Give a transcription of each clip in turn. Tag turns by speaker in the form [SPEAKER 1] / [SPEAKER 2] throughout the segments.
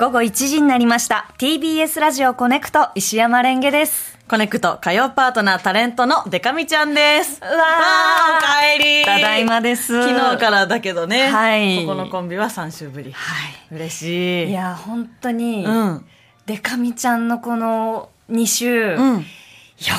[SPEAKER 1] 午後1時になりました。TBS ラジオコネクト、石山レンゲです。
[SPEAKER 2] コネクト火曜パートナータレントのデカミちゃんです。
[SPEAKER 1] うわー
[SPEAKER 2] わーおかえり。
[SPEAKER 1] ただいまです
[SPEAKER 2] 昨日からだけどね。
[SPEAKER 1] はい
[SPEAKER 2] ここのコンビは3週ぶり。
[SPEAKER 1] はい。
[SPEAKER 2] 嬉しい。
[SPEAKER 1] いや、本当に、
[SPEAKER 2] うん。
[SPEAKER 1] でかみちゃんのこの2週、
[SPEAKER 2] うん。
[SPEAKER 1] よ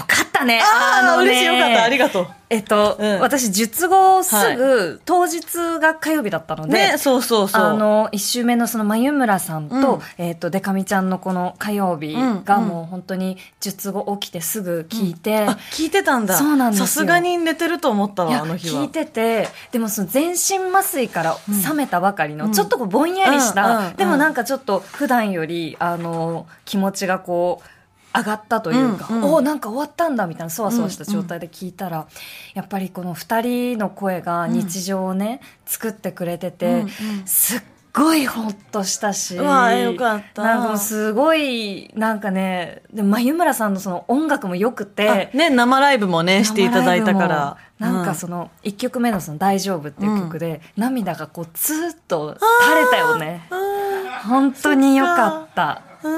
[SPEAKER 1] かったね。
[SPEAKER 2] ああ、
[SPEAKER 1] のね
[SPEAKER 2] 嬉しいよかった。ありがと
[SPEAKER 1] えっと、
[SPEAKER 2] うん
[SPEAKER 1] 私、術後すぐ、当日が火曜日だったの
[SPEAKER 2] う。
[SPEAKER 1] で、
[SPEAKER 2] ね、そうそうそう。
[SPEAKER 1] あの、一周目のその、眉村さんと、
[SPEAKER 2] うん
[SPEAKER 1] えっ、と、でかみちゃんのこの火曜日
[SPEAKER 2] うん
[SPEAKER 1] が
[SPEAKER 2] うん
[SPEAKER 1] もう本当に、術後起きてすぐ聞いて、
[SPEAKER 2] あ、聞いてたんだ。
[SPEAKER 1] そうなんですよ
[SPEAKER 2] さすがに寝てると思った
[SPEAKER 1] い
[SPEAKER 2] わ、
[SPEAKER 1] や
[SPEAKER 2] あの日は。
[SPEAKER 1] 聞いててでもその全身麻酔から冷めたばかりの、
[SPEAKER 2] うん
[SPEAKER 1] ちょっとこうぼんやりした、
[SPEAKER 2] うんうんうん
[SPEAKER 1] でもなんかちょっと普段よりあの気持ちがこう上がったというか、
[SPEAKER 2] うんうん
[SPEAKER 1] おおなんか終わったんだみたいなそわそわした状態で聞いたら、やっぱりこの2人の声が日常をね、作ってくれてて、
[SPEAKER 2] うんうん
[SPEAKER 1] すっごいほっとしたし
[SPEAKER 2] うわーよかった
[SPEAKER 1] なんかもうすごいなんかねで眉村さんのその音楽もよくて、
[SPEAKER 2] あね、生ライブもね、していただいたから。
[SPEAKER 1] なんかそ
[SPEAKER 2] の、
[SPEAKER 1] の1曲目の「その大丈夫」っていう曲で、涙がこうツーッと垂れたよね本当によかった
[SPEAKER 2] う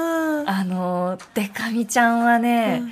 [SPEAKER 2] ん。
[SPEAKER 1] あのでかみちゃんはね、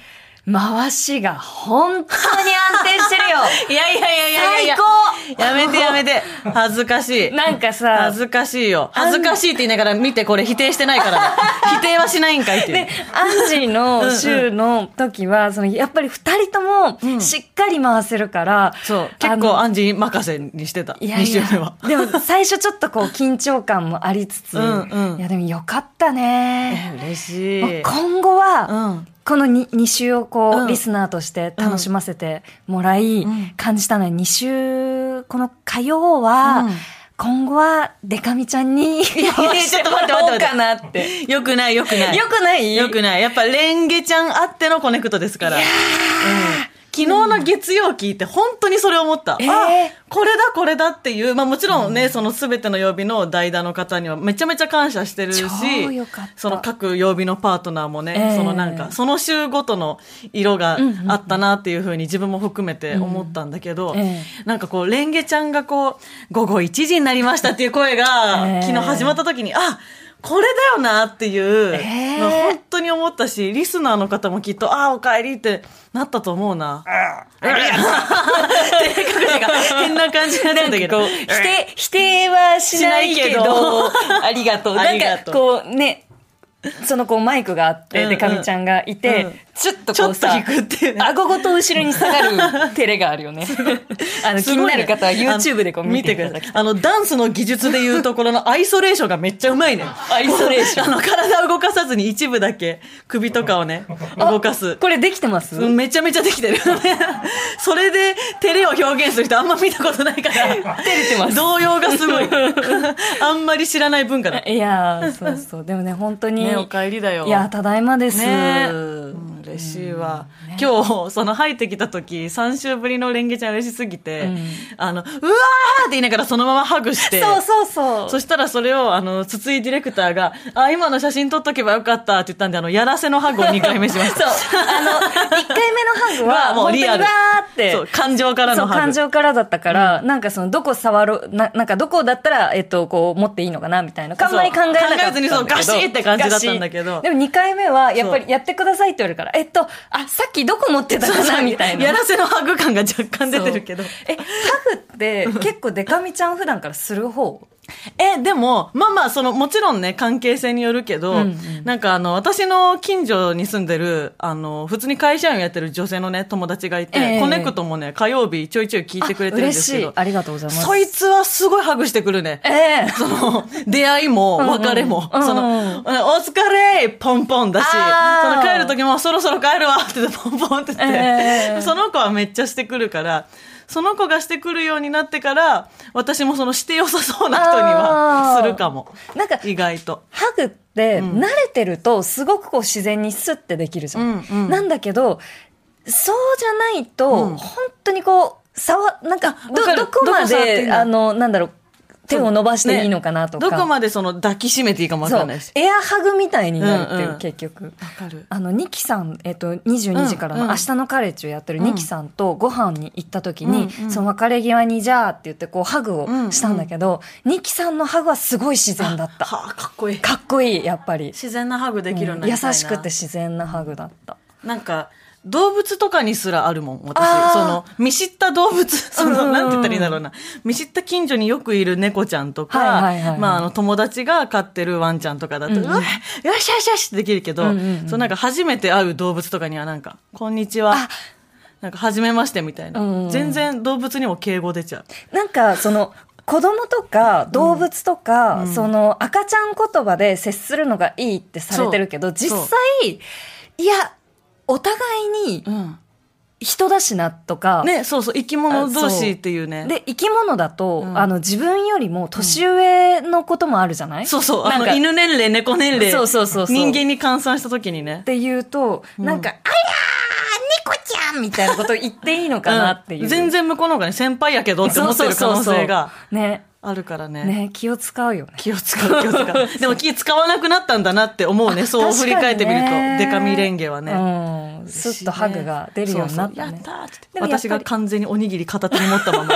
[SPEAKER 1] 回しが本当に安定して るよ
[SPEAKER 2] いやいやいやいやいや
[SPEAKER 1] 最高
[SPEAKER 2] やめてやめて。恥ずかしい。
[SPEAKER 1] なんかさ
[SPEAKER 2] 恥ずかしいよ。恥ずかしいって言いながら見てこれ否定してない から。否定はしないんかいっていう。
[SPEAKER 1] で、アンジーの週の時は、その、やっぱり二人とも、しっかり回せるから、
[SPEAKER 2] そう。
[SPEAKER 1] あ
[SPEAKER 2] 結
[SPEAKER 1] の
[SPEAKER 2] 構アンジー任せにしてた。
[SPEAKER 1] いやいや
[SPEAKER 2] 2週目は。
[SPEAKER 1] でも最初ちょっとこう緊張感もありつつ、
[SPEAKER 2] うんうん
[SPEAKER 1] いやでもよかったね。
[SPEAKER 2] え 嬉し
[SPEAKER 1] もう
[SPEAKER 2] い。
[SPEAKER 1] 今後は、
[SPEAKER 2] うん。
[SPEAKER 1] この 2, 週をこう、
[SPEAKER 2] うん
[SPEAKER 1] リスナーとして楽しませてもらい、
[SPEAKER 2] ん
[SPEAKER 1] 感じたのは2週、この火曜は、
[SPEAKER 2] うん
[SPEAKER 1] 今後はデカミちゃん に、ちょっ
[SPEAKER 2] やちょっと待って待って待って
[SPEAKER 1] かなって。
[SPEAKER 2] よくないよくない。
[SPEAKER 1] よくない
[SPEAKER 2] よくない。やっぱレンゲちゃんあってのコネクトですから。うん昨日の月曜聞いて本当にそれ思った。
[SPEAKER 1] えー
[SPEAKER 2] あ、これだこれだっていう。まあもちろんね、そのすべての曜日の代打の方にはめちゃめちゃ感謝してるし
[SPEAKER 1] 超よかった、
[SPEAKER 2] その各曜日のパートナーもね、
[SPEAKER 1] えー
[SPEAKER 2] そのなんか、その週ごとの色があったなっていうふうに自分も含めて思ったんだけど、
[SPEAKER 1] うんえ
[SPEAKER 2] なんかこう、レンゲちゃんがこう、午後1時になりましたっていう声が、
[SPEAKER 1] えー
[SPEAKER 2] 昨日始まった時に、あ、これだよなっていう、
[SPEAKER 1] えー
[SPEAKER 2] まあ本当に思ったし、リスナーの方もきっと、ああ、おかえりってなったと思うな。 っていう感じが変な感じになったんだけど。
[SPEAKER 1] 否定、否定はしないけど、
[SPEAKER 2] しない
[SPEAKER 1] ありがとう。
[SPEAKER 2] あ
[SPEAKER 1] なん
[SPEAKER 2] りが
[SPEAKER 1] か、
[SPEAKER 2] と
[SPEAKER 1] こうね、そのこうマイクがあって、
[SPEAKER 2] うんうん
[SPEAKER 1] でかみちゃんがいて、
[SPEAKER 2] うん
[SPEAKER 1] ちょっと
[SPEAKER 2] ち
[SPEAKER 1] こ
[SPEAKER 2] ょ
[SPEAKER 1] う
[SPEAKER 2] っと
[SPEAKER 1] さ、
[SPEAKER 2] 引くっていうね。
[SPEAKER 1] 顎ごと後ろに下がる照れがある よね。あの、気
[SPEAKER 2] す
[SPEAKER 1] に
[SPEAKER 2] ごい
[SPEAKER 1] な
[SPEAKER 2] ね
[SPEAKER 1] る方は YouTube でこう
[SPEAKER 2] あの
[SPEAKER 1] 見てくださ
[SPEAKER 2] 見
[SPEAKER 1] い。
[SPEAKER 2] あの、ダンスの技術でいうところのアイソレーションがめっちゃうまいね。
[SPEAKER 1] アイソレーション。
[SPEAKER 2] あの、体を動かさずに一部だけ首とか をね、動かす。
[SPEAKER 1] これできてます、
[SPEAKER 2] うんめちゃめちゃできてる。 それで、照れを表現する人あんま見たことないから。
[SPEAKER 1] 照れてます
[SPEAKER 2] 動揺がすご い。あんまり知らない文化だ。
[SPEAKER 1] いやー、そうそう。でもね、本当に。
[SPEAKER 2] ねお帰りだよ
[SPEAKER 1] いや、ただいまです。
[SPEAKER 2] ねうん嬉しいわ、今日その入ってきた時3週ぶりのレンゲちゃん嬉しすぎて、あのうわーって言いながらそのままハグして
[SPEAKER 1] そうそうそう。
[SPEAKER 2] そしたらそれをあの筒井ディレクターが「あ今の写真撮っとけばよかった」って言ったんであのやらせのハグを2回目しました
[SPEAKER 1] そう。あの、1回目のハ グは、
[SPEAKER 2] は もうリアル
[SPEAKER 1] 本当にわ
[SPEAKER 2] そ
[SPEAKER 1] ー
[SPEAKER 2] う
[SPEAKER 1] って。
[SPEAKER 2] 感情から
[SPEAKER 1] そ
[SPEAKER 2] の
[SPEAKER 1] う、
[SPEAKER 2] ハ
[SPEAKER 1] 感
[SPEAKER 2] グ
[SPEAKER 1] 情からだったから、なんかその、どこ触ろう、な、なんかどこだったら、えっと、こう、持っていいのかな、みたいな。あんまり考えなかったんだけど。
[SPEAKER 2] 考えずにそうガシッって感じだったんだけど
[SPEAKER 1] ガシッでも2回目は、やっぱりやってくださいって言われるから、えっと、あ、さっきどこ持ってたかな、みたいな。
[SPEAKER 2] やらせのハグ感が若干出てるけど
[SPEAKER 1] そうえ、ハグって、結構デカミちゃん普段からする方
[SPEAKER 2] え、でも、まあまあ、その、もちろんね、関係性によるけど、
[SPEAKER 1] うんう
[SPEAKER 2] なんかあの、私の近所に住んでる、あの、普通に会社員をやってる女性のね、友達がいて、
[SPEAKER 1] ええ
[SPEAKER 2] コネクトもね、火曜日ちょいちょい 聞いてくれてるんですけ
[SPEAKER 1] 嬉しい
[SPEAKER 2] ど。、
[SPEAKER 1] ありがとうございます。
[SPEAKER 2] そいつはすごいハグしてくるね。
[SPEAKER 1] ええ
[SPEAKER 2] その、出会いも、
[SPEAKER 1] うんうん
[SPEAKER 2] 別れも、
[SPEAKER 1] うんうん
[SPEAKER 2] その、お疲れポンポンだし、そ
[SPEAKER 1] あー
[SPEAKER 2] の帰る時も、そろそろ帰るわって言って、ポンポンって言って、
[SPEAKER 1] ええ
[SPEAKER 2] その子はめっちゃしてくるから、その子がしてくるようになってから、私もそのして良さそうな人に
[SPEAKER 1] あー
[SPEAKER 2] は、するかも。
[SPEAKER 1] なんか、
[SPEAKER 2] 意外と。
[SPEAKER 1] ハグって慣れてるとすごくこう自然にスッてできるじゃん。
[SPEAKER 2] うんうん
[SPEAKER 1] なんだけどそうじゃないと、
[SPEAKER 2] うん
[SPEAKER 1] 本当にこう触なんか
[SPEAKER 2] わか
[SPEAKER 1] ど
[SPEAKER 2] る
[SPEAKER 1] どこま
[SPEAKER 2] どこ触っていい
[SPEAKER 1] で
[SPEAKER 2] の
[SPEAKER 1] あのなんだろう手を伸ばしていいのかなとか。
[SPEAKER 2] どこまでその抱きしめていいかもわ
[SPEAKER 1] そ
[SPEAKER 2] か
[SPEAKER 1] うん
[SPEAKER 2] ないし。
[SPEAKER 1] エアハグみたいになるっていう、
[SPEAKER 2] うんうん
[SPEAKER 1] 結局。
[SPEAKER 2] わかる。
[SPEAKER 1] あの、ニキさん、えっと、22時から
[SPEAKER 2] う
[SPEAKER 1] の
[SPEAKER 2] ん
[SPEAKER 1] 明日のカレッジをやってるニキさんとご飯に行った時に、
[SPEAKER 2] うんうん
[SPEAKER 1] その別れ際にじゃあって言ってこうハグをしたんだけど、ニキさんのハグはすごい自然だった。か
[SPEAKER 2] はあ、かっこいい。
[SPEAKER 1] っこいい、やっぱり。
[SPEAKER 2] 自然なハグできるようになり
[SPEAKER 1] 優
[SPEAKER 2] たいな、
[SPEAKER 1] しくて自然なハグだった。
[SPEAKER 2] なんか、動物とかにすらあるもん、
[SPEAKER 1] あー
[SPEAKER 2] 私。その、見知った動物、 そ
[SPEAKER 1] うんうんうん
[SPEAKER 2] の、なんて言ったらいいんだろうな。見知った近所によくいる猫ちゃんと
[SPEAKER 1] はいはいはいは
[SPEAKER 2] か
[SPEAKER 1] い、
[SPEAKER 2] まあ、あの、友達が飼ってるワンちゃんとかだと、
[SPEAKER 1] う
[SPEAKER 2] うん
[SPEAKER 1] うん
[SPEAKER 2] わよしよしよしってできるけど、
[SPEAKER 1] うんうんうん
[SPEAKER 2] そうなんか初めて会う動物とかにはなんか、こんにちは
[SPEAKER 1] あ。
[SPEAKER 2] なんか、はじめましてみたいな、
[SPEAKER 1] うんうん
[SPEAKER 2] 全然動物にも敬語出ちゃう。
[SPEAKER 1] なんかその子供とか動物とか、その赤ちゃん言葉で接するのがいいってされてるけど実
[SPEAKER 2] そう
[SPEAKER 1] 際いやお互いに人だしなとか、
[SPEAKER 2] ね、そうそう、生き物同士っていうね。
[SPEAKER 1] で生き物だと、
[SPEAKER 2] うん
[SPEAKER 1] あの自分よりも年上のこともあるじゃない、
[SPEAKER 2] そうそう、
[SPEAKER 1] な
[SPEAKER 2] あ
[SPEAKER 1] ん
[SPEAKER 2] の、
[SPEAKER 1] か
[SPEAKER 2] 犬年齢、猫年齢。
[SPEAKER 1] そうそうそうそう
[SPEAKER 2] 人間に換算した時にね
[SPEAKER 1] っ。ていうと、なんか「あらー猫ちゃん!」みたいなこと言っていいのかなっていう。
[SPEAKER 2] うん全然向こうの方がね、先輩やけどって思ってる可能
[SPEAKER 1] そうそうそ
[SPEAKER 2] 性
[SPEAKER 1] う
[SPEAKER 2] が
[SPEAKER 1] そうね
[SPEAKER 2] あるからね。
[SPEAKER 1] ね気を使うよね。
[SPEAKER 2] 気を使う、気を使う。でも気使わなくなったんだなって思うね。そう振り返ってみると
[SPEAKER 1] 確かにね、
[SPEAKER 2] デカミレンゲはね。
[SPEAKER 1] うん、スッとハグが出るようになったね。
[SPEAKER 2] そうそうやったーって
[SPEAKER 1] でもやっぱり
[SPEAKER 2] 私が完全におにぎり片手に持ったまま。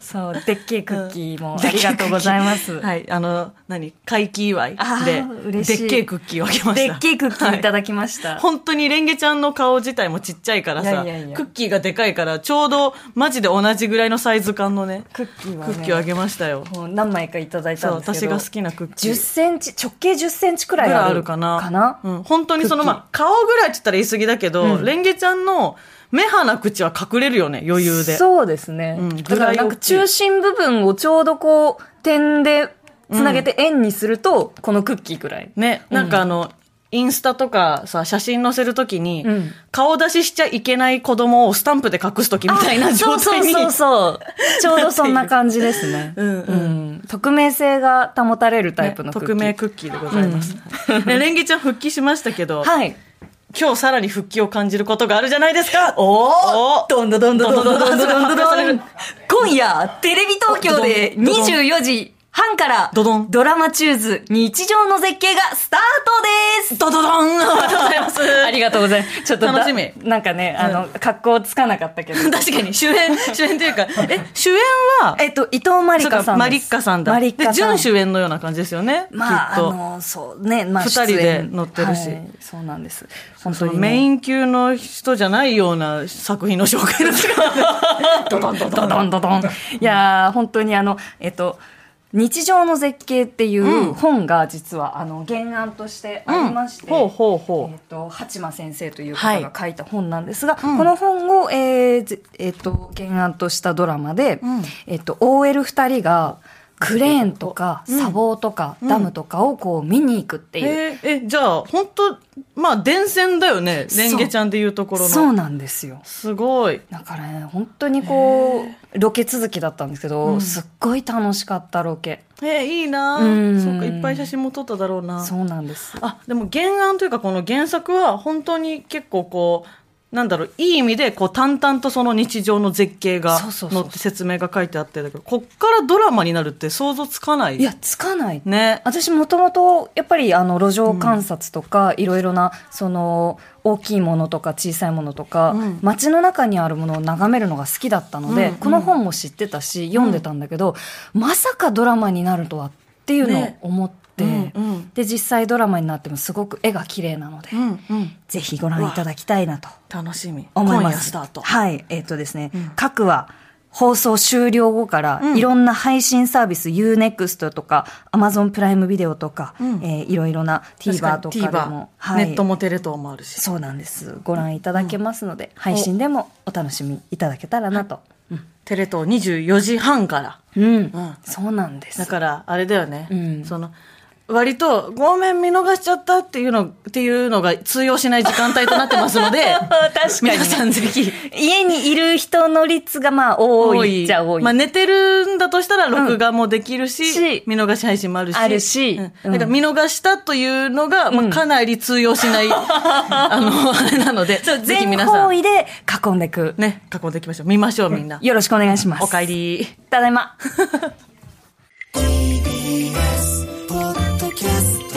[SPEAKER 1] そう、でっけえ クッキーもありがとうございます。
[SPEAKER 2] はい、あの、何回帰祝い
[SPEAKER 1] あ
[SPEAKER 2] で
[SPEAKER 1] ー、嬉しい
[SPEAKER 2] でっけえクッキーをあげまし
[SPEAKER 1] で
[SPEAKER 2] た。
[SPEAKER 1] っけえクッキーいただきました。
[SPEAKER 2] 本当にレンゲちゃんの顔自体もちっちゃいからさ、
[SPEAKER 1] いやいやいや
[SPEAKER 2] クッキーがでかいから、ちょうどマジで同じぐらいのサイズ感のね、
[SPEAKER 1] クッキーは
[SPEAKER 2] クッキーをあ
[SPEAKER 1] ね、
[SPEAKER 2] げましたよ。
[SPEAKER 1] もう何枚かいただい
[SPEAKER 2] そう、
[SPEAKER 1] たんですけ
[SPEAKER 2] 私
[SPEAKER 1] ど。
[SPEAKER 2] が好きなクッキ
[SPEAKER 1] 10
[SPEAKER 2] ー。
[SPEAKER 1] センチ、直径10センチくらい
[SPEAKER 2] ぐらい
[SPEAKER 1] あ
[SPEAKER 2] あ
[SPEAKER 1] る
[SPEAKER 2] る
[SPEAKER 1] か
[SPEAKER 2] か
[SPEAKER 1] な
[SPEAKER 2] な。うん、本当にその、まあ、顔ぐらいって言ったら言い過ぎだけど、
[SPEAKER 1] うん
[SPEAKER 2] レンゲちゃんの目鼻口は隠れるよね、余裕で。
[SPEAKER 1] そうですね、
[SPEAKER 2] うん
[SPEAKER 1] だからなん
[SPEAKER 2] ぐらい
[SPEAKER 1] か
[SPEAKER 2] 大きい
[SPEAKER 1] 中心部分をちょうどこう、点でつなげて円にすると、このクッキーくらい。
[SPEAKER 2] ね、
[SPEAKER 1] うん
[SPEAKER 2] なんかあの、インスタとかさ、写真載せるときに、
[SPEAKER 1] うん
[SPEAKER 2] 顔出ししちゃいけない子供をスタンプで隠すときみたいな状態に。
[SPEAKER 1] あそうそうそうそう。ちょうどそんな感じですね。
[SPEAKER 2] うんうん
[SPEAKER 1] ん匿名性が保たれるタイプのクッキー。
[SPEAKER 2] 匿名クッキーでございます。ねレンゲちゃん復帰しましたけど、
[SPEAKER 1] はい。
[SPEAKER 2] 今日さらに復帰を感じることがあるじゃないですかおお
[SPEAKER 1] どんどんどんどんどんどんどんどんどん
[SPEAKER 2] 発表される
[SPEAKER 1] 今夜、テレビ東京で
[SPEAKER 2] どどん
[SPEAKER 1] 24時半から、
[SPEAKER 2] どどん
[SPEAKER 1] ドラマチューズ日常の絶景がスタートです
[SPEAKER 2] ドドドン ありがとうございます
[SPEAKER 1] ありがとうございます。ちょっとだ
[SPEAKER 2] 楽しみ
[SPEAKER 1] なんかね、あの、格好つかなかったけど。
[SPEAKER 2] 確かに、主 演、主演というか、え、主演は、
[SPEAKER 1] えっと、伊藤まり
[SPEAKER 2] そう
[SPEAKER 1] かさ
[SPEAKER 2] か、
[SPEAKER 1] んです。
[SPEAKER 2] マリッカさんだ。
[SPEAKER 1] マリッカさん。
[SPEAKER 2] で、準主演のような感じですよね。
[SPEAKER 1] まあ、
[SPEAKER 2] きっ
[SPEAKER 1] あ
[SPEAKER 2] と。
[SPEAKER 1] の、そうね、まあ、
[SPEAKER 2] 二人で
[SPEAKER 1] 出演
[SPEAKER 2] 乗ってるし
[SPEAKER 1] はいそうなんです。本当にね。
[SPEAKER 2] メイン級の人じゃないような作品の紹介ですから。ドドン ド
[SPEAKER 1] ドドンドドン。いやー、本当にあの、えっと、日常の絶景っていう本が実はあの原案としてありまして、
[SPEAKER 2] ほうほう
[SPEAKER 1] え
[SPEAKER 2] ほ
[SPEAKER 1] っと八間先生という
[SPEAKER 2] は
[SPEAKER 1] 方
[SPEAKER 2] い
[SPEAKER 1] が書いた本なんですが、
[SPEAKER 2] ん
[SPEAKER 1] この本を、えーぜえっと原案としたドラマで、
[SPEAKER 2] ん
[SPEAKER 1] えっと OL2 人がクレーンとか
[SPEAKER 2] うん
[SPEAKER 1] 砂防とか、ダムとかをこう見に行くって
[SPEAKER 2] う。
[SPEAKER 1] いう、
[SPEAKER 2] えーえ、じゃあ、本当まあ、伝染だよね。
[SPEAKER 1] そう
[SPEAKER 2] レンゲちゃんでいうところの。
[SPEAKER 1] そうなんですよ。
[SPEAKER 2] すごい。
[SPEAKER 1] だからね本当にこうロケ続きだったんですけど、すっごい楽しかったロケ。
[SPEAKER 2] えーいいな
[SPEAKER 1] うん
[SPEAKER 2] ぁ。そうか、いっぱい写真も撮っただろうな。
[SPEAKER 1] そうなんです。
[SPEAKER 2] あ、でも原案というか、この原作は本当に結構こう、なんだろう、いい意味で、こう、淡々とその日常の絶景が
[SPEAKER 1] そうそうそう
[SPEAKER 2] 載って説明が書いてあって、だけど、こっからドラマになるって想像つかない。
[SPEAKER 1] いや、つかない。
[SPEAKER 2] ね。
[SPEAKER 1] 私もともとやっぱりあの路上観察とかいろいろなその大きいものとか小さいものとか
[SPEAKER 2] うん
[SPEAKER 1] 街の中にあるものを眺めるのが好きだったの
[SPEAKER 2] う
[SPEAKER 1] で
[SPEAKER 2] ん
[SPEAKER 1] この本も知ってたし読んでたんだけどまさかドラマになるとはっていうのを
[SPEAKER 2] ね
[SPEAKER 1] 思って
[SPEAKER 2] うんうん
[SPEAKER 1] で実際ドラマになってもすごく絵が綺麗なので
[SPEAKER 2] うんうん。
[SPEAKER 1] ぜひご覧いただきたいなと
[SPEAKER 2] 楽しみ。
[SPEAKER 1] 思い
[SPEAKER 2] 今
[SPEAKER 1] ま
[SPEAKER 2] 夜
[SPEAKER 1] す。
[SPEAKER 2] スタート。
[SPEAKER 1] はい。えっ、とですね、
[SPEAKER 2] ん
[SPEAKER 1] 各話、放送終了後から、
[SPEAKER 2] うん
[SPEAKER 1] いろんな配信サービス、Unext とか、Amazon プライムビデオとか、
[SPEAKER 2] うん
[SPEAKER 1] えーいろいろな TVer とかでも、はい、
[SPEAKER 2] ネットもテレ東もあるし。
[SPEAKER 1] そうなんです。ご覧いただけますので、配信でもお楽しみいただけたらなと。
[SPEAKER 2] テレ東24時半から。
[SPEAKER 1] うん。
[SPEAKER 2] ん
[SPEAKER 1] そうなんです。
[SPEAKER 2] だから、 あれだよね。
[SPEAKER 1] うん
[SPEAKER 2] その、割と、ごめん、見逃しちゃったっていうの、っていうのが通用しない時間帯となってますので、
[SPEAKER 1] 確かにね
[SPEAKER 2] 皆さんぜひ、
[SPEAKER 1] 家にいる人の率がまあ多いっちゃ多い。
[SPEAKER 2] まあ寝てるんだとしたら録画もできるし、
[SPEAKER 1] し
[SPEAKER 2] 見逃し配信もあるし。
[SPEAKER 1] あるし
[SPEAKER 2] うん
[SPEAKER 1] うん
[SPEAKER 2] だから見逃したというのが、
[SPEAKER 1] う
[SPEAKER 2] ま
[SPEAKER 1] ん
[SPEAKER 2] あかなり通用 しない、あの、あれなので、ぜひ
[SPEAKER 1] 全
[SPEAKER 2] 皆さ
[SPEAKER 1] 方
[SPEAKER 2] ん、
[SPEAKER 1] 位で囲んでいく。
[SPEAKER 2] ね、囲んでいきましょう。見ましょう、みんな。
[SPEAKER 1] よろしくお願いします。
[SPEAKER 2] お帰り。
[SPEAKER 1] ただいま。
[SPEAKER 3] TBS ポッドキャスト